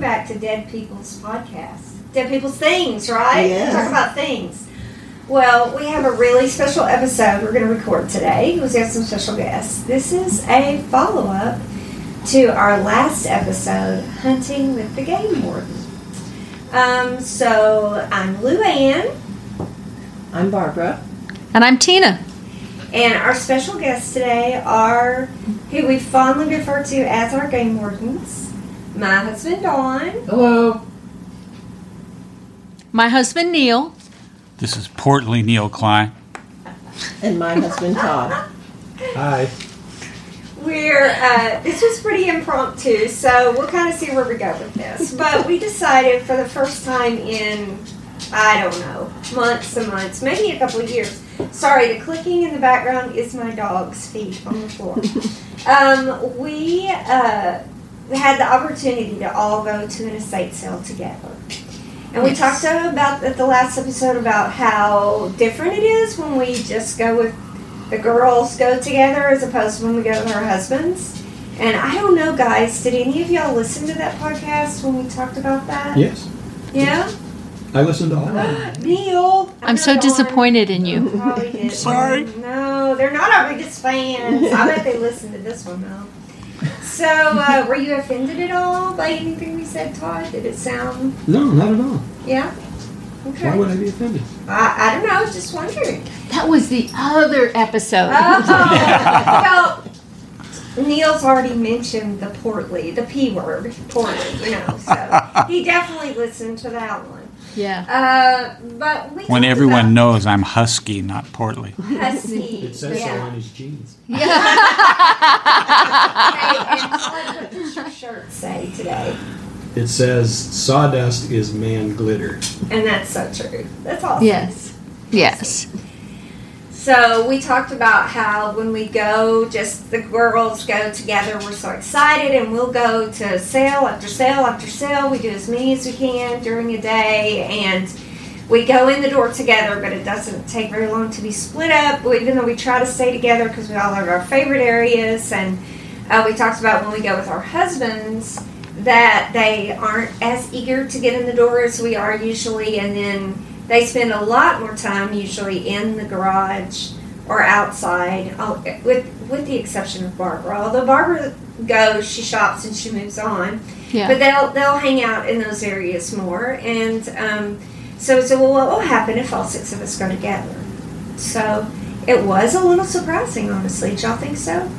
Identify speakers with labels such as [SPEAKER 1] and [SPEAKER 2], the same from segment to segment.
[SPEAKER 1] back to Dead People's podcast, Dead People's Things, right?
[SPEAKER 2] Yes.
[SPEAKER 1] Talk about things. Well, we have a really special episode we're going to record today because we have some special guests. This is a follow up to our last episode, Hunting with the Game Warden. Um, so I'm Lou Ann.
[SPEAKER 2] I'm Barbara.
[SPEAKER 3] And I'm Tina.
[SPEAKER 1] And our special guests today are who we fondly refer to as our game wardens. My husband Dawn.
[SPEAKER 2] Hello.
[SPEAKER 3] My husband Neil.
[SPEAKER 4] This is Portly Neil Klein.
[SPEAKER 2] And my husband Todd.
[SPEAKER 5] Hi.
[SPEAKER 1] We're uh, this was pretty impromptu, so we'll kind of see where we go with this. But we decided for the first time in I don't know months and months, maybe a couple of years. Sorry, the clicking in the background is my dog's feet on the floor. um, we uh, had the opportunity to all go to an estate sale together. And we
[SPEAKER 3] Yes.
[SPEAKER 1] talked about at the last episode about how different it is when we just go with the girls go together as opposed to when we go with our husbands. And I don't know, guys, did any of y'all listen to that podcast when we talked about that?
[SPEAKER 5] Yes,
[SPEAKER 1] Yeah?
[SPEAKER 5] I listened to all of them.
[SPEAKER 1] Neil,
[SPEAKER 3] I'm, so
[SPEAKER 1] not on.
[SPEAKER 3] disappointed in you.
[SPEAKER 1] Probably did.
[SPEAKER 4] Sorry.
[SPEAKER 1] No, they're not our biggest fans. I bet they listened to this one though. So, uh, were you offended at all by anything we said, Todd? Did it sound?
[SPEAKER 5] No, not at all.
[SPEAKER 1] Yeah.
[SPEAKER 5] Why
[SPEAKER 1] Okay.
[SPEAKER 5] would I be offended?
[SPEAKER 1] I, I don't know. I was just wondering.
[SPEAKER 3] That was the other episode.
[SPEAKER 1] Oh, well, Neil's already mentioned the portly, the p word, portly. You know, so he definitely listened to that one.
[SPEAKER 3] yeah.
[SPEAKER 1] Uh, but we
[SPEAKER 4] When
[SPEAKER 1] talked
[SPEAKER 4] everyone
[SPEAKER 1] about
[SPEAKER 4] knows I'm husky, not portly.
[SPEAKER 1] husky.
[SPEAKER 5] It says so
[SPEAKER 1] yeah.
[SPEAKER 5] on his jeans.
[SPEAKER 1] Hey, and Todd, what does your shirt say today?
[SPEAKER 5] It says sawdust is man glitter.
[SPEAKER 1] And that's so true. That's awesome.
[SPEAKER 3] Yes. Yes.
[SPEAKER 1] So we talked about how when we go, just the girls go together. We're so excited, and we'll go to sale after sale after sale. We do as many as we can during a day, and we go in the door together. But it doesn't take very long to be split up. Even though we try to stay together because we all have our favorite areas, and uh, we talked about when we go with our husbands that they aren't as eager to get in the door as we are usually, and then they spend a lot more time usually in the garage or outside, oh, with with the exception of Barbara. Although Barbara goes, she shops and she moves on,
[SPEAKER 3] Yeah.
[SPEAKER 1] but they'll they'll hang out in those areas more. And um, so, so well, what will happen if all six of us go together? So it was a little surprising, honestly. Do y'all think so?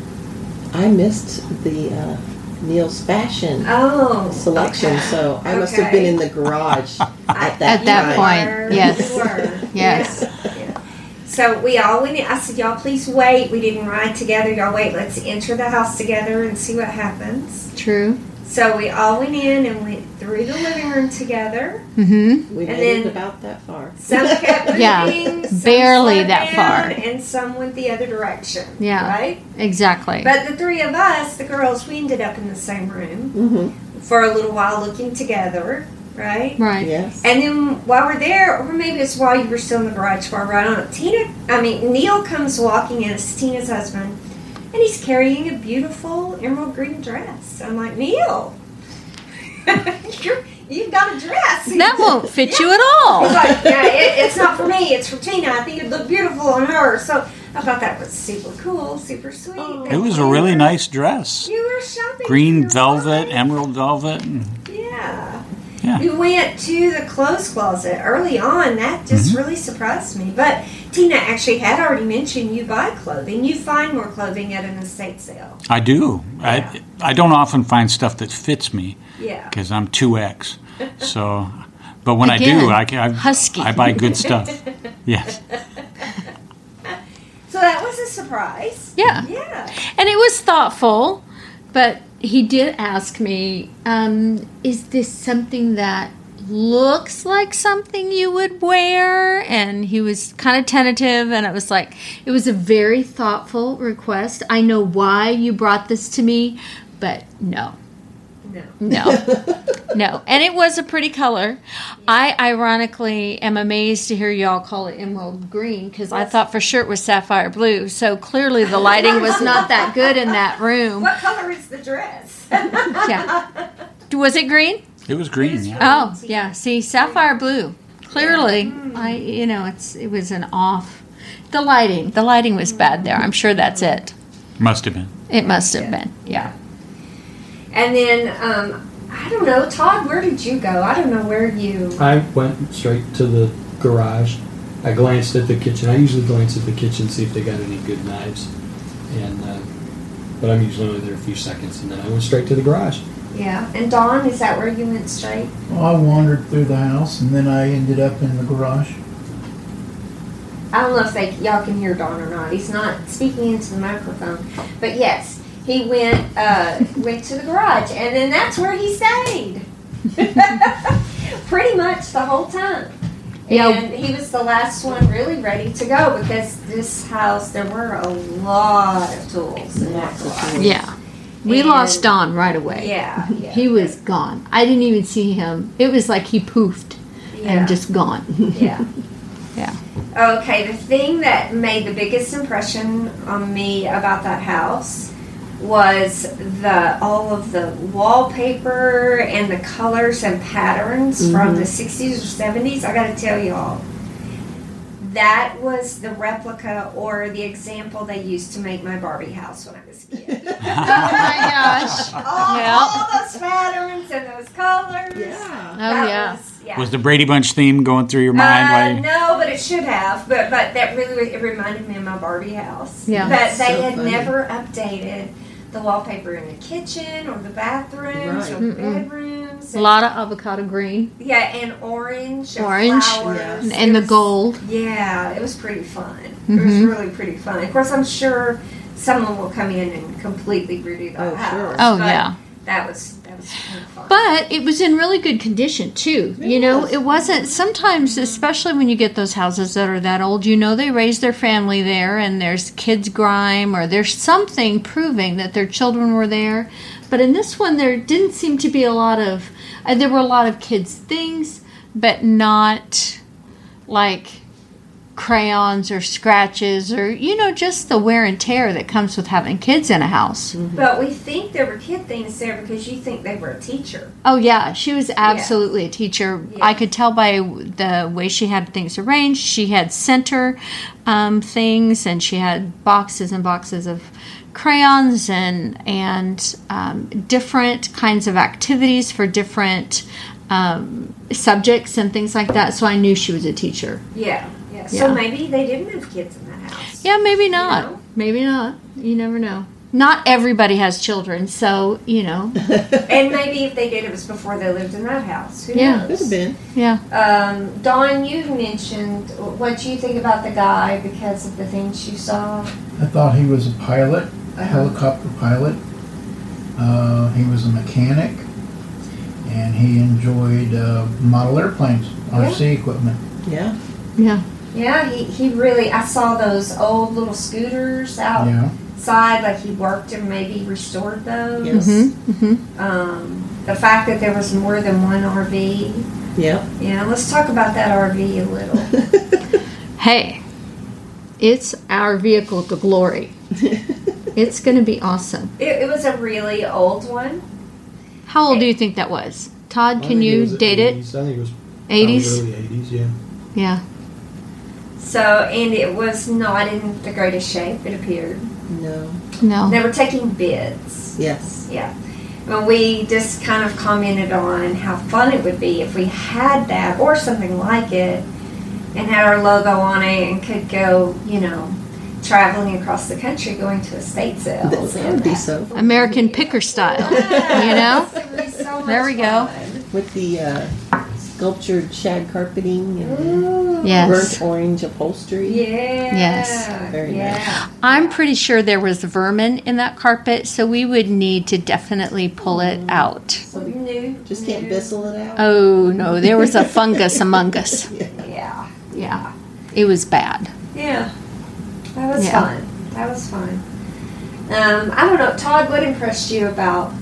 [SPEAKER 2] I missed the uh, Neil's fashion
[SPEAKER 1] Oh,
[SPEAKER 2] selection,
[SPEAKER 1] okay.
[SPEAKER 2] so I must have been in the garage at that
[SPEAKER 3] At that
[SPEAKER 2] time.
[SPEAKER 3] point, yes.
[SPEAKER 1] You were.
[SPEAKER 3] Yes.
[SPEAKER 1] Yeah, yeah. So we all went. in- I said, "Y'all, please wait. We didn't ride together. Y'all wait. Let's enter the house together and see what happens."
[SPEAKER 3] True.
[SPEAKER 1] So we all went in and went through the living room together.
[SPEAKER 3] Mm-hmm.
[SPEAKER 2] We
[SPEAKER 1] And
[SPEAKER 2] made it
[SPEAKER 1] then-
[SPEAKER 2] about that far.
[SPEAKER 1] Some kept moving,
[SPEAKER 3] Yeah,
[SPEAKER 1] some
[SPEAKER 3] barely
[SPEAKER 1] slowed
[SPEAKER 3] that
[SPEAKER 1] down,
[SPEAKER 3] far.
[SPEAKER 1] and some went the other direction.
[SPEAKER 3] Yeah.
[SPEAKER 1] right.
[SPEAKER 3] Exactly.
[SPEAKER 1] But the three of us, the girls, we ended up in the same room
[SPEAKER 2] hmm
[SPEAKER 1] for a little while, looking together. Right.
[SPEAKER 3] right.
[SPEAKER 2] Yes.
[SPEAKER 1] And then while we're there, or maybe it's while you were still in the garage bar, right on. Tina, I mean Neil comes walking in. It's Tina's husband, and he's carrying a beautiful emerald green dress. I'm like Neil, you're, you've got a dress.
[SPEAKER 3] That won't fit you at
[SPEAKER 1] He's
[SPEAKER 3] all.
[SPEAKER 1] like, yeah, it, it's not for me. It's for Tina. I think it'd look beautiful on her. So I thought that was super cool, super sweet.
[SPEAKER 2] Aw.
[SPEAKER 4] Oh. It was a really nice dress.
[SPEAKER 1] You were shopping. for
[SPEAKER 4] Green
[SPEAKER 1] your
[SPEAKER 4] velvet,
[SPEAKER 1] wife.
[SPEAKER 4] emerald velvet. and-
[SPEAKER 1] Yeah.
[SPEAKER 4] Yeah.
[SPEAKER 1] We went to the clothes closet early on. That just
[SPEAKER 3] Mm-hmm.
[SPEAKER 1] really surprised me. But Tina actually had already mentioned you buy clothing. You find more clothing at an estate sale.
[SPEAKER 4] I do.
[SPEAKER 1] Yeah.
[SPEAKER 4] I, I don't often find stuff that fits me
[SPEAKER 1] Yeah.
[SPEAKER 4] because I'm 2X. So, but when I
[SPEAKER 3] Again,
[SPEAKER 4] do, I, can- I,
[SPEAKER 3] husky.
[SPEAKER 4] I buy good stuff. Yes.
[SPEAKER 1] So that was a surprise.
[SPEAKER 3] Yeah.
[SPEAKER 1] Yeah.
[SPEAKER 3] And it was thoughtful, but he did ask me, um, is this something that looks like something you would wear? And he was kind of tentative, and it was like, it was a very thoughtful request. I know why you brought this to me, but no.
[SPEAKER 1] No.
[SPEAKER 3] No. no. And it was a pretty color. I ironically am amazed to hear y'all call it emerald green because I thought for sure it was sapphire blue. So clearly the lighting was not that good in that room.
[SPEAKER 1] What color is the dress?
[SPEAKER 3] Yeah. Was it green?
[SPEAKER 4] It was green,
[SPEAKER 1] was
[SPEAKER 4] yeah.
[SPEAKER 3] Oh, yeah. See, sapphire blue. Clearly, I you know, it's it was an off. The lighting, the lighting was bad there. I'm sure that's it.
[SPEAKER 4] Must have been.
[SPEAKER 3] It must have been. Yeah.
[SPEAKER 1] And then um, I don't know, Todd, where did you go? I don't know where you.
[SPEAKER 5] I went straight to the garage. I glanced at the kitchen. I usually glance at the kitchen, see if they got any good knives, and uh, but I'm usually only there a few seconds, and then I went straight to the garage.
[SPEAKER 1] Yeah. And Dawn, is that where you went straight?
[SPEAKER 6] Well, I wandered through the house and then I ended up in the garage.
[SPEAKER 1] I don't know if they, y'all can hear Don or not. He's not speaking into the microphone, but yes, he went uh, went to the garage, and then that's where he stayed. Pretty much the whole time.
[SPEAKER 3] Yeah.
[SPEAKER 1] And he was the last one really ready to go because this house there were a lot of tools in that garage.
[SPEAKER 3] Yeah. We
[SPEAKER 1] And-
[SPEAKER 3] lost Don right away.
[SPEAKER 1] Yeah, yeah.
[SPEAKER 3] He was gone. I didn't even see him. It was like he poofed
[SPEAKER 1] yeah.
[SPEAKER 3] and just gone.
[SPEAKER 1] yeah.
[SPEAKER 3] Yeah.
[SPEAKER 1] Okay, the thing that made the biggest impression on me about that house was the all of the wallpaper and the colors and patterns from
[SPEAKER 3] Mm-hmm.
[SPEAKER 1] the 60s or 70s. I got to tell y'all. That was the replica or the example they used to make my Barbie house when I was a kid.
[SPEAKER 3] Oh my gosh.
[SPEAKER 1] all,
[SPEAKER 3] Yeah.
[SPEAKER 1] all those patterns and those colors.
[SPEAKER 2] Yeah.
[SPEAKER 3] Oh
[SPEAKER 1] That
[SPEAKER 3] yeah.
[SPEAKER 1] was- yeah.
[SPEAKER 4] Was the Brady Bunch theme going through your mind? while
[SPEAKER 1] Uh,
[SPEAKER 4] you-
[SPEAKER 1] no, but it should have. But but that really it reminded me of my Barbie house.
[SPEAKER 3] Yeah.
[SPEAKER 1] But
[SPEAKER 2] That's
[SPEAKER 1] they
[SPEAKER 2] so
[SPEAKER 1] had
[SPEAKER 2] funny.
[SPEAKER 1] never updated the wallpaper in the kitchen or the bathrooms or
[SPEAKER 2] Right.
[SPEAKER 1] the
[SPEAKER 3] Mm-mm.
[SPEAKER 1] bedrooms.
[SPEAKER 3] A lot of avocado green
[SPEAKER 1] Yeah, and orange. and
[SPEAKER 3] Orange.
[SPEAKER 1] flowers.
[SPEAKER 2] Yeah.
[SPEAKER 3] and,
[SPEAKER 1] It
[SPEAKER 3] and the
[SPEAKER 1] was-
[SPEAKER 3] gold.
[SPEAKER 1] Yeah, it was pretty fun. It was
[SPEAKER 3] Mhm.
[SPEAKER 1] really pretty fun. Of course, I'm sure someone will come in and completely redo that
[SPEAKER 2] Oh,
[SPEAKER 1] house.
[SPEAKER 2] sure.
[SPEAKER 3] Oh
[SPEAKER 1] but
[SPEAKER 3] yeah.
[SPEAKER 1] That was that was kind of fun.
[SPEAKER 3] But it was in really good condition too.
[SPEAKER 2] It
[SPEAKER 3] you know,
[SPEAKER 2] was.
[SPEAKER 3] it wasn't sometimes, especially when you get those houses that are that old, you know they raised their family there and there's kids grime or there's something proving that their children were there. But in this one there didn't seem to be a lot of uh, there were a lot of kids things, but not like crayons or scratches or you know just the wear and tear that comes with having kids in a house.
[SPEAKER 1] but we think there were kid things there because you think they were a teacher.
[SPEAKER 3] Oh yeah, she was absolutely a teacher.
[SPEAKER 1] Yeah.
[SPEAKER 3] I could tell by the way she had things arranged. She had center um, things, and she had boxes and boxes of crayons and and um, different kinds of activities for different um, subjects and things like that. So I knew she was a teacher.
[SPEAKER 1] Yeah, yeah.
[SPEAKER 3] Yeah.
[SPEAKER 1] So maybe they didn't have kids in that house.
[SPEAKER 3] Yeah, maybe not.
[SPEAKER 1] know?
[SPEAKER 3] Maybe not. You never know. Not everybody has children, so you know.
[SPEAKER 1] And maybe if they did, it was before they lived in that house. Who
[SPEAKER 3] Yeah.
[SPEAKER 2] Could have
[SPEAKER 1] knows?
[SPEAKER 2] been.
[SPEAKER 3] Yeah.
[SPEAKER 1] Um, Dawn, you mentioned what you think about the guy because of the things you saw.
[SPEAKER 6] I thought he was a pilot,
[SPEAKER 1] Uh-huh.
[SPEAKER 6] a
[SPEAKER 2] Uh-huh.
[SPEAKER 6] helicopter pilot. Uh, he was a mechanic and he enjoyed uh, model airplanes, RC equipment.
[SPEAKER 2] Yeah.
[SPEAKER 3] Yeah.
[SPEAKER 1] Yeah, he, he really, I saw those old little scooters outside,
[SPEAKER 6] Yeah.
[SPEAKER 1] like he worked and maybe restored
[SPEAKER 2] Yes. Mm-hmm.
[SPEAKER 1] those.
[SPEAKER 3] Mhm. Mhm.
[SPEAKER 1] Um, the fact that there was more than one RV.
[SPEAKER 2] Yeah.
[SPEAKER 1] Yeah, let's talk about that RV a little.
[SPEAKER 3] hey, it's our vehicle to glory. It's going to be awesome.
[SPEAKER 1] it, it was a really old one.
[SPEAKER 3] How old do you think that was? Todd, can you date it?
[SPEAKER 5] I think it was
[SPEAKER 3] 80s?
[SPEAKER 5] Early 80s, yeah.
[SPEAKER 3] Yeah.
[SPEAKER 1] So, and it was not in the greatest shape, it appeared.
[SPEAKER 2] No.
[SPEAKER 3] No.
[SPEAKER 1] They were taking bids.
[SPEAKER 2] Yes.
[SPEAKER 1] And we just kind of commented on how fun it would be if we had that or something like it and had our logo on it and could go, you know, traveling across the country going to estate sales.
[SPEAKER 2] That
[SPEAKER 1] and
[SPEAKER 2] would be so.
[SPEAKER 3] American picker style. You know?
[SPEAKER 1] Yes, it would be so
[SPEAKER 3] There
[SPEAKER 1] much
[SPEAKER 3] we go.
[SPEAKER 1] fun.
[SPEAKER 2] With the uh, sculptured shag carpeting and
[SPEAKER 1] Ooh.
[SPEAKER 3] Yes.
[SPEAKER 2] burnt orange upholstery.
[SPEAKER 1] Mm. Yeah.
[SPEAKER 3] Yes.
[SPEAKER 2] Very
[SPEAKER 1] yeah.
[SPEAKER 2] nice.
[SPEAKER 3] I'm pretty sure there was vermin in that carpet, so we would need to definitely pull it out.
[SPEAKER 2] So we
[SPEAKER 1] New,
[SPEAKER 2] just can't
[SPEAKER 1] new-
[SPEAKER 2] bissel it out.
[SPEAKER 3] Oh, no. There was a fungus among us.
[SPEAKER 1] Yeah.
[SPEAKER 3] Yeah. It was bad.
[SPEAKER 1] Yeah. That was
[SPEAKER 3] Yeah.
[SPEAKER 1] fun. That was fun. Um, I don't know, Todd, what impressed you about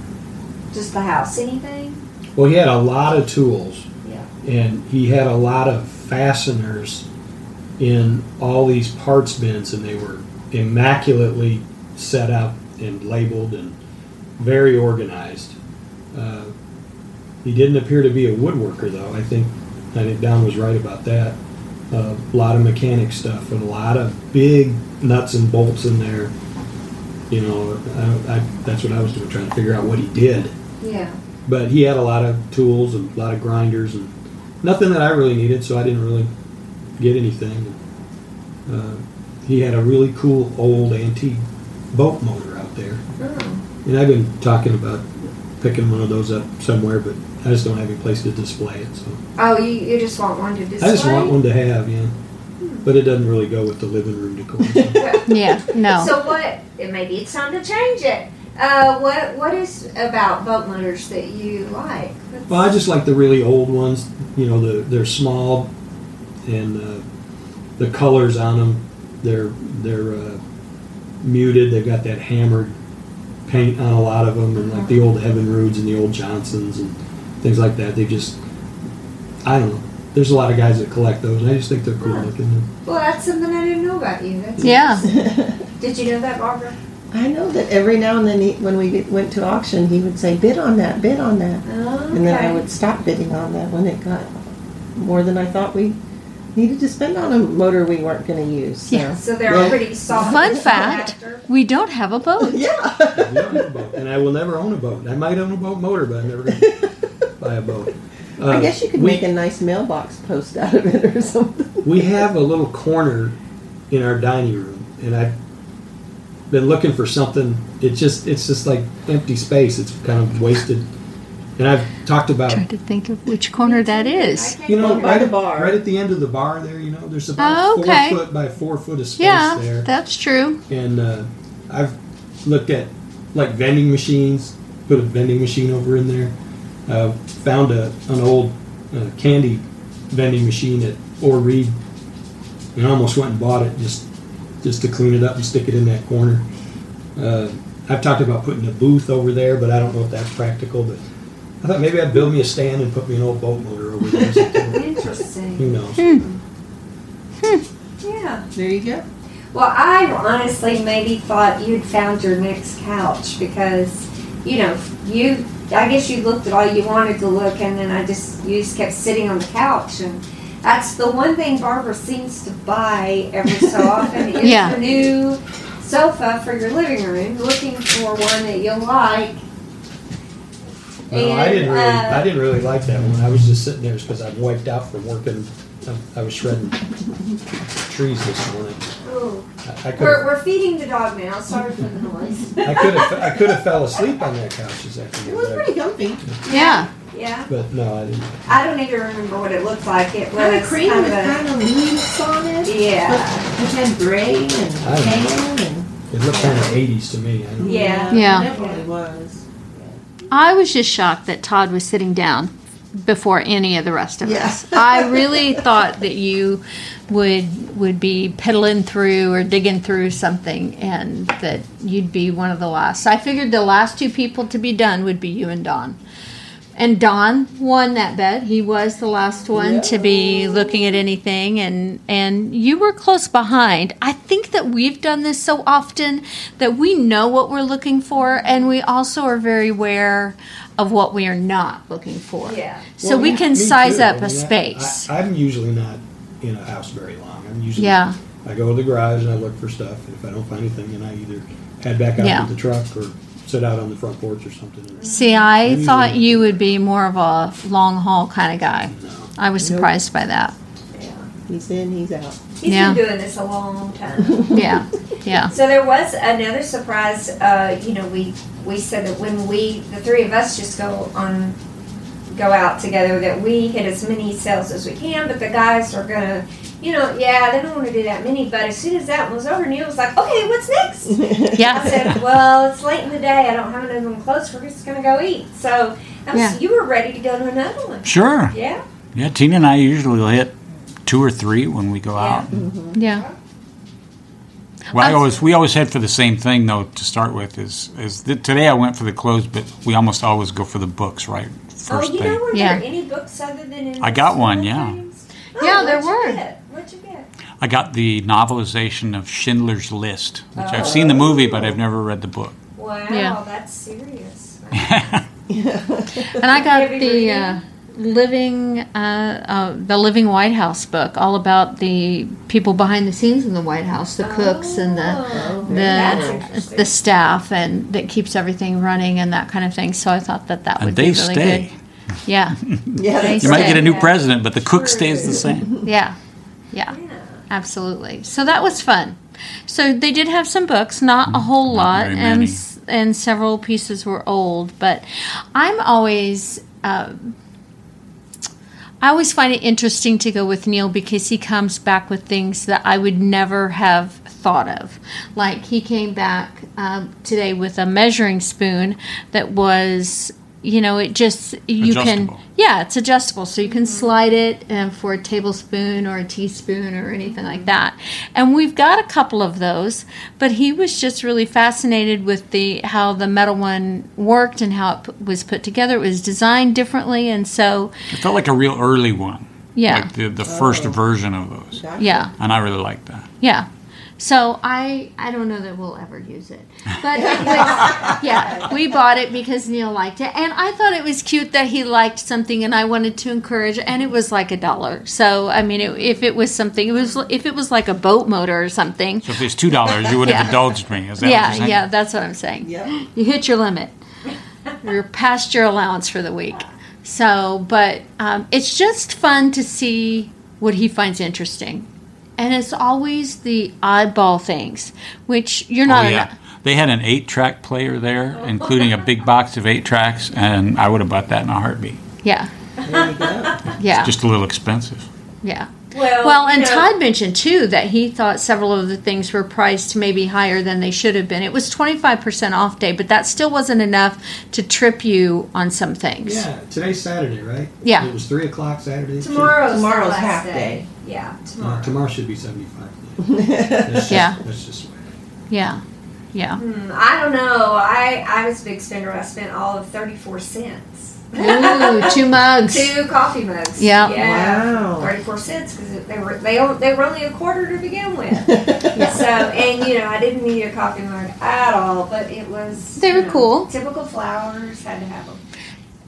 [SPEAKER 1] just the house? Anything?
[SPEAKER 5] Well, he had a lot of tools.
[SPEAKER 1] Yeah.
[SPEAKER 5] And he had a lot of fasteners in all these parts bins, and they were immaculately set up and labeled and very organized. Uh, He didn't appear to be a woodworker, though. I think I think Don was right about that. A lot of mechanic stuff and a lot of big nuts and bolts in there. You know, I, I, that's what I was doing, trying to figure out what he did.
[SPEAKER 1] Yeah.
[SPEAKER 5] But he had a lot of tools and a lot of grinders and nothing that I really needed, so I didn't really get anything. Uh, he had a really cool old antique boat motor out there.
[SPEAKER 1] Oh,
[SPEAKER 5] And I've been talking about picking one of those up somewhere, but I just don't have any place to display it. So
[SPEAKER 1] oh you, you just want one to display?
[SPEAKER 5] I just want one to have, yeah. But it doesn't really go with the living room decor.
[SPEAKER 3] Yeah, no.
[SPEAKER 1] So what? and Maybe it's time to change it. Uh, what What is about boat motors that you like?
[SPEAKER 5] well, I just like the really old ones. You know, the, they're small, and uh, the colors on them they're they're uh, muted. They've got that hammered paint on a lot of them, and like
[SPEAKER 2] Uh-huh.
[SPEAKER 5] the old Evan Roods and the old Johnsons and things like that. They just I don't know. There's a lot of guys that collect those, and I just think they're cool looking.
[SPEAKER 1] Well, that's something I didn't know about you. That's
[SPEAKER 3] Yeah.
[SPEAKER 1] Did you know that, Barbara?
[SPEAKER 2] I know that every now and then, he, when we get- went to auction, he would say, "Bid on that, bid on that,"
[SPEAKER 1] Oh,
[SPEAKER 2] and then I would stop bidding on that when it got more than I thought we needed to spend on a motor we weren't going to use. So.
[SPEAKER 3] Yeah.
[SPEAKER 1] So they're
[SPEAKER 5] Well-
[SPEAKER 1] pretty soft.
[SPEAKER 3] Fun fact
[SPEAKER 1] After.
[SPEAKER 3] we don't have a boat.
[SPEAKER 2] Yeah.
[SPEAKER 5] I don't own a boat, and I will never own a boat. I might own a boat motor, but I'm never going to buy a boat.
[SPEAKER 2] I
[SPEAKER 5] Um,
[SPEAKER 2] guess you could
[SPEAKER 5] we,
[SPEAKER 2] make a nice mailbox post out of it or something.
[SPEAKER 5] We have a little corner in our dining room, and I've been looking for something. It just it's just like empty space. It's kind of wasted. And I've talked about
[SPEAKER 3] Trying to think of which corner that is.
[SPEAKER 1] I
[SPEAKER 5] you know
[SPEAKER 2] Well, by
[SPEAKER 5] right,
[SPEAKER 2] the bar.
[SPEAKER 5] right at the end of the bar there. You know, there's about
[SPEAKER 3] Oh, okay.
[SPEAKER 5] four foot by four foot of space
[SPEAKER 3] Yeah,
[SPEAKER 5] there.
[SPEAKER 3] that's true.
[SPEAKER 5] and uh, I've looked at like vending machines. Put a vending machine over in there. Uh, found a, an old uh, candy vending machine at Or Reed, and almost went and bought it just just to clean it up and stick it in that corner. Uh, I've talked about putting a booth over there, but I don't know if that's practical. But I thought maybe I'd build me a stand and put me an old boat motor over there. or something.
[SPEAKER 1] can't- Interesting.
[SPEAKER 5] Who knows?
[SPEAKER 3] Hmm.
[SPEAKER 1] Yeah.
[SPEAKER 2] There you go.
[SPEAKER 1] Well, I honestly maybe thought you'd found your next couch because, you know, you, I guess you looked at all you wanted to look and then I just, you just kept sitting on the couch and that's the one thing Barbara seems to buy every so often is
[SPEAKER 3] Yeah.
[SPEAKER 1] a new sofa for your living room, looking for one that you'll like.
[SPEAKER 5] No, I didn't really.
[SPEAKER 1] And, uh,
[SPEAKER 5] I didn't really like that one. I was just sitting there because I'm wiped out from working. I, I was shredding trees this morning.
[SPEAKER 1] ooh.
[SPEAKER 5] I
[SPEAKER 1] We're,
[SPEAKER 5] could.
[SPEAKER 1] we're feeding the dog now. Sorry for the noise.
[SPEAKER 5] I could have. I could have fell asleep on that couch this
[SPEAKER 2] It was
[SPEAKER 5] afternoon.
[SPEAKER 2] pretty comfy.
[SPEAKER 3] Yeah.
[SPEAKER 1] Yeah.
[SPEAKER 5] But no, I didn't.
[SPEAKER 1] I don't even remember what it looked like. It was
[SPEAKER 2] Kind of cream
[SPEAKER 1] kind
[SPEAKER 2] with
[SPEAKER 1] of a-
[SPEAKER 2] kind of leaves on it.
[SPEAKER 1] Yeah.
[SPEAKER 2] It had gray and
[SPEAKER 5] I don't
[SPEAKER 2] tan and.
[SPEAKER 5] It looked kind of 80s to me. I don't know.
[SPEAKER 1] Yeah.
[SPEAKER 3] Yeah.
[SPEAKER 2] It definitely was.
[SPEAKER 3] I was just shocked that Todd was sitting down before any of the rest of
[SPEAKER 2] Yeah.
[SPEAKER 3] us. I really thought that you would would be peddling through or digging through something and that you'd be one of the last. I figured the last two people to be done would be you and Don. And Don won that bet. He was the last one to be looking at anything and and you were close behind. I think that we've done this so often that we know what we're looking for and we also are very aware of what we are not looking for.
[SPEAKER 1] Yeah.
[SPEAKER 3] So
[SPEAKER 5] Well,
[SPEAKER 3] we
[SPEAKER 5] yeah,
[SPEAKER 3] can
[SPEAKER 5] me
[SPEAKER 3] size
[SPEAKER 5] too.
[SPEAKER 3] up
[SPEAKER 5] I
[SPEAKER 3] a
[SPEAKER 5] mean, I-
[SPEAKER 3] space.
[SPEAKER 5] I, am usually not in a house very long. I'm usually.
[SPEAKER 3] Yeah.
[SPEAKER 5] I go to the garage and I look for stuff. And if I don't find anything, then I either head back out
[SPEAKER 3] Yeah.
[SPEAKER 5] to the truck or sit out on the front porch or something.
[SPEAKER 3] See, I
[SPEAKER 5] Usually-
[SPEAKER 3] thought you would be more of a long haul kind of guy.
[SPEAKER 5] No.
[SPEAKER 3] I was
[SPEAKER 2] Nope.
[SPEAKER 3] surprised by that.
[SPEAKER 2] He's in, he's out.
[SPEAKER 1] He's
[SPEAKER 3] Yeah.
[SPEAKER 1] been doing this a long time.
[SPEAKER 3] Yeah. Yeah.
[SPEAKER 1] so there was another surprise. Uh, you know, we we said that when we the three of us just go on go out together that we hit as many sales as we can, but the guys are gonna you know, yeah, they don't want to do that many, but as soon as that one was over, Neil was like, Okay, what's next? I
[SPEAKER 3] Yeah.
[SPEAKER 1] said, Well, it's late in the day, I don't have enough of them closed, we're just gonna go eat. So I was,
[SPEAKER 3] Yeah.
[SPEAKER 1] you were ready to go to another one.
[SPEAKER 4] Sure.
[SPEAKER 1] Yeah.
[SPEAKER 4] Yeah, Tina and I usually will hit two or three when we go out.
[SPEAKER 3] Yeah.
[SPEAKER 4] Well, I
[SPEAKER 3] Us-
[SPEAKER 4] always we always head for the same thing though to start with. Is is that today I went for the clothes, but we almost always go for the books right first
[SPEAKER 1] oh, you
[SPEAKER 4] thing.
[SPEAKER 1] know, were
[SPEAKER 3] Yeah.
[SPEAKER 1] there any books other than in
[SPEAKER 4] I got one, yeah.
[SPEAKER 1] yeah,
[SPEAKER 3] there were.
[SPEAKER 1] What'd you get?
[SPEAKER 4] I got the novelization of Schindler's
[SPEAKER 1] Oh.
[SPEAKER 4] List, which I've seen the movie, but I've never read the book.
[SPEAKER 1] Wow,
[SPEAKER 3] Yeah.
[SPEAKER 1] that's serious.
[SPEAKER 3] And I got
[SPEAKER 1] Have you
[SPEAKER 3] the
[SPEAKER 1] read
[SPEAKER 3] uh, living uh, uh, the living White House book, all about the people behind the scenes in the White House, the cooks and the
[SPEAKER 1] Oh, that's
[SPEAKER 3] the
[SPEAKER 1] interesting.
[SPEAKER 3] the staff, and that keeps everything running and that kind of thing. So I thought that that would
[SPEAKER 4] And
[SPEAKER 3] be
[SPEAKER 4] they
[SPEAKER 3] really
[SPEAKER 4] stay.
[SPEAKER 3] good. Yeah,
[SPEAKER 2] Yeah,
[SPEAKER 3] They
[SPEAKER 2] that's
[SPEAKER 4] You might get a new
[SPEAKER 1] Yeah.
[SPEAKER 4] president, but the cook
[SPEAKER 1] True.
[SPEAKER 4] stays the same.
[SPEAKER 3] yeah, yeah,
[SPEAKER 1] Yeah.
[SPEAKER 3] absolutely. So that was fun. So they did have some books, not a whole lot,
[SPEAKER 4] Mm, Not very
[SPEAKER 3] and
[SPEAKER 4] many.
[SPEAKER 3] s- and several pieces were old. But I'm always. Um, I always find it interesting to go with Neil because he comes back with things that I would never have thought of. Like he came back um, today with a measuring spoon that was, you know, it just you
[SPEAKER 4] Adjustable.
[SPEAKER 3] can yeah, it's adjustable, so you can slide it um, for a tablespoon or a teaspoon or anything like that. And we've got a couple of those, but he was just really fascinated with the how the metal one worked and how it p- was put together. It was designed differently, and so
[SPEAKER 4] It felt like a real early one.
[SPEAKER 3] yeah.
[SPEAKER 4] Like the, the
[SPEAKER 1] Oh.
[SPEAKER 4] first version of those.
[SPEAKER 2] Gotcha.
[SPEAKER 3] Yeah,
[SPEAKER 4] And I really like that.
[SPEAKER 3] yeah. So I I don't know that we'll ever use it, but it was- yeah, we bought it because Neil liked it, and I thought it was cute that he liked something, and I wanted to encourage, and it was like a dollar. So I mean, it, if it was something, it was if it was like a boat motor or something.
[SPEAKER 4] So if it's two dollars, you would have
[SPEAKER 3] Yeah.
[SPEAKER 4] indulged me. Is that what you're
[SPEAKER 3] Yeah,
[SPEAKER 4] saying?
[SPEAKER 3] yeah, that's what I'm saying.
[SPEAKER 2] Yeah.
[SPEAKER 3] You hit your limit. You're past your allowance for the week. So, but um, it's just fun to see what he finds interesting. And it's always the oddball things, which you're
[SPEAKER 4] Oh,
[SPEAKER 3] not.
[SPEAKER 4] yeah.
[SPEAKER 3] an-
[SPEAKER 4] They had an eight track player there, including a big box of eight tracks, and I would have bought that in a heartbeat.
[SPEAKER 3] yeah,
[SPEAKER 2] There you go.
[SPEAKER 3] yeah,
[SPEAKER 4] Just a little expensive.
[SPEAKER 3] yeah.
[SPEAKER 1] Well,
[SPEAKER 3] Well, and
[SPEAKER 1] you know,
[SPEAKER 3] Todd mentioned too that he thought several of the things were priced maybe higher than they should have been. It was 25% off day, but that still wasn't enough to trip you on some things.
[SPEAKER 5] Yeah, today's Saturday, right?
[SPEAKER 3] Yeah.
[SPEAKER 5] It was 3 o'clock Saturday.
[SPEAKER 1] Tomorrow's, our
[SPEAKER 2] Tomorrow's
[SPEAKER 1] last
[SPEAKER 2] half day.
[SPEAKER 1] Yeah,
[SPEAKER 5] Uh,
[SPEAKER 1] tomorrow.
[SPEAKER 5] tomorrow should be 75. That's just-
[SPEAKER 3] Yeah.
[SPEAKER 5] That's just the way.
[SPEAKER 3] Yeah, yeah.
[SPEAKER 1] Hmm, I don't know. I I was a big spender. I spent all of thirty four cents.
[SPEAKER 3] Ooh, two mugs.
[SPEAKER 1] Two coffee mugs.
[SPEAKER 3] Yeah.
[SPEAKER 1] Yeah.
[SPEAKER 2] Wow.
[SPEAKER 1] Thirty four cents because they were they o- they were only a quarter to begin with. So and you know I didn't need a coffee mug at all, but it was
[SPEAKER 3] They
[SPEAKER 1] you
[SPEAKER 3] were
[SPEAKER 1] know,
[SPEAKER 3] cool.
[SPEAKER 1] Typical flowers had to have them.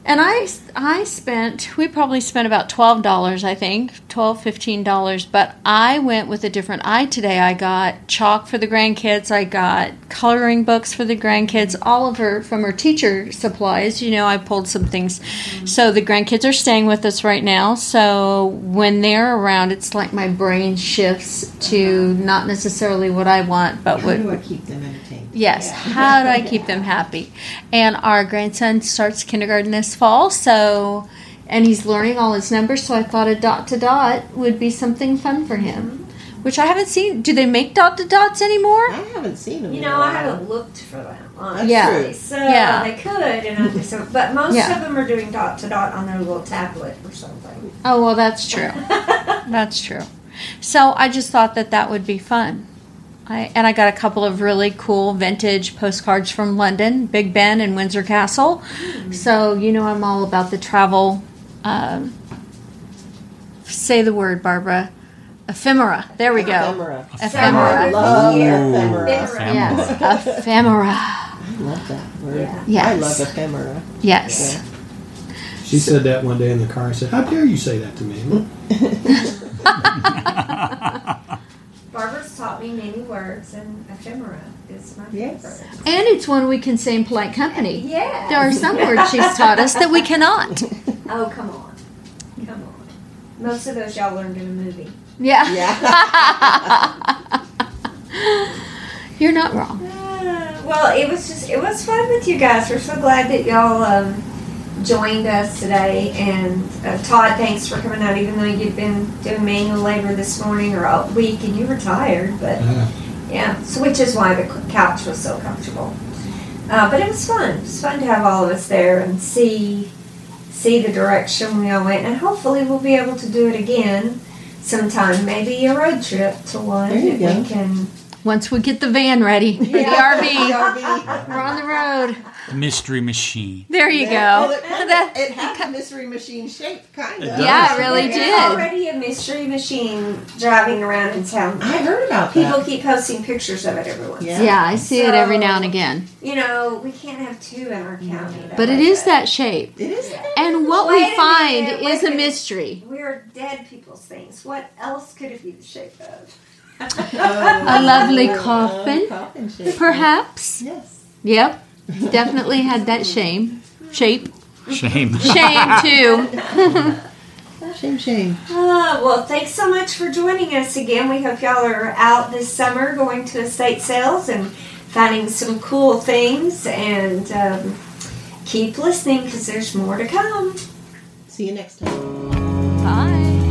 [SPEAKER 3] And I, I spent, we probably spent about $12, I think, $12, $15. But I went with a different eye today. I got chalk for the grandkids. I got coloring books for the grandkids. All of her, from her teacher supplies, you know, I pulled some things. So the grandkids are staying with us right now. So when they're around, it's like my brain shifts to not necessarily what I want, but
[SPEAKER 2] How
[SPEAKER 3] what,
[SPEAKER 2] do I keep them entertained?
[SPEAKER 3] Yes. How do I keep them happy? And our grandson starts kindergarten this fall, so and he's learning all his numbers, so I thought a dot to dot would be something fun for him. Which I haven't seen. Do they make dot to dots
[SPEAKER 2] I
[SPEAKER 3] anymore?
[SPEAKER 2] haven't seen them.
[SPEAKER 1] You
[SPEAKER 2] in
[SPEAKER 1] know I
[SPEAKER 2] a while.
[SPEAKER 1] haven't looked for them. Honestly.
[SPEAKER 2] That's
[SPEAKER 3] Yeah.
[SPEAKER 2] true.
[SPEAKER 1] So
[SPEAKER 3] Yeah.
[SPEAKER 1] they could, and I just, but most
[SPEAKER 3] Yeah.
[SPEAKER 1] of them are doing dot to dot on their little tablet or something.
[SPEAKER 3] Oh, well, that's true. that's true. So I just thought that that would be fun. I, and I got a couple of really cool vintage postcards from London, Big Ben, and Windsor Castle. So you know I'm all about the travel. Um, say the word, Barbara. Ephemera. There we go.
[SPEAKER 2] Ephemera.
[SPEAKER 3] Ephemera.
[SPEAKER 2] I love
[SPEAKER 1] Yeah.
[SPEAKER 2] ephemera.
[SPEAKER 1] Ephemera.
[SPEAKER 4] ephemera.
[SPEAKER 3] Yes, ephemera.
[SPEAKER 2] I love that word.
[SPEAKER 1] Yeah.
[SPEAKER 3] Yes.
[SPEAKER 2] I love ephemera.
[SPEAKER 3] Yes.
[SPEAKER 5] She said that one day in the car. I said, How dare you say that to
[SPEAKER 3] Mm-hmm.
[SPEAKER 5] me?
[SPEAKER 1] Barbara's taught me many words, and ephemera is my
[SPEAKER 2] Yes.
[SPEAKER 1] favorite.
[SPEAKER 3] And it's one we can say in polite company.
[SPEAKER 1] Yeah.
[SPEAKER 3] There are some words she's taught us that we cannot.
[SPEAKER 1] Oh, come on. Come on. Most of those y'all learned in a movie.
[SPEAKER 3] Yeah. You're not wrong.
[SPEAKER 1] Uh, well, it was just, it was fun with you guys. We're so glad that y'all um, joined us today. And uh, Todd, thanks for coming out, even though you'd been doing manual labor this morning or all week and you were tired. But
[SPEAKER 5] Uh,
[SPEAKER 1] yeah, so which is why the c- couch was so comfortable. Uh, but it was fun. It was fun to have all of us there and see see the direction we all went. And hopefully we'll be able to do it again sometime. Maybe a road trip to one
[SPEAKER 2] There you
[SPEAKER 1] if
[SPEAKER 2] go.
[SPEAKER 1] we can
[SPEAKER 3] Once we get the van ready, or
[SPEAKER 1] Yeah.
[SPEAKER 3] the
[SPEAKER 2] E
[SPEAKER 3] RV,
[SPEAKER 2] RV.
[SPEAKER 3] we're on the road.
[SPEAKER 4] Mystery machine.
[SPEAKER 3] There you
[SPEAKER 2] Well,
[SPEAKER 3] go.
[SPEAKER 2] it, had
[SPEAKER 3] That-
[SPEAKER 2] the- it had the mystery machine shape, kind
[SPEAKER 4] It
[SPEAKER 2] of.
[SPEAKER 4] does.
[SPEAKER 3] Yeah, it really
[SPEAKER 1] There's
[SPEAKER 3] did.
[SPEAKER 1] already a mystery machine driving around in town.
[SPEAKER 2] I heard about
[SPEAKER 1] People
[SPEAKER 2] that.
[SPEAKER 1] keep posting pictures of it every once.
[SPEAKER 2] Oh, Yeah.
[SPEAKER 3] Yeah, I see it every now and
[SPEAKER 1] So-
[SPEAKER 3] again.
[SPEAKER 1] You know, we can't have two in our county. that
[SPEAKER 3] But it
[SPEAKER 1] way,
[SPEAKER 3] is that shape.
[SPEAKER 2] It is. that.
[SPEAKER 3] And what
[SPEAKER 1] Wait a
[SPEAKER 3] we
[SPEAKER 1] minute,
[SPEAKER 3] find
[SPEAKER 1] wait
[SPEAKER 3] is
[SPEAKER 1] a
[SPEAKER 3] a
[SPEAKER 1] minute.
[SPEAKER 3] mystery.
[SPEAKER 1] We're dead people's things. What else could it be the shape of?
[SPEAKER 3] A lovely
[SPEAKER 2] Oh,
[SPEAKER 3] coffin.
[SPEAKER 2] Coffin shape.
[SPEAKER 3] Perhaps.
[SPEAKER 2] Yes.
[SPEAKER 3] Yep. Definitely had that shame. Shape.
[SPEAKER 4] Shame.
[SPEAKER 3] Shame too.
[SPEAKER 2] Shame, shame.
[SPEAKER 1] Ah, well, thanks so much for joining us again. We hope y'all are out this summer going to estate sales and finding some cool things. And um, keep listening because there's more to come.
[SPEAKER 2] See you next time.
[SPEAKER 3] Bye.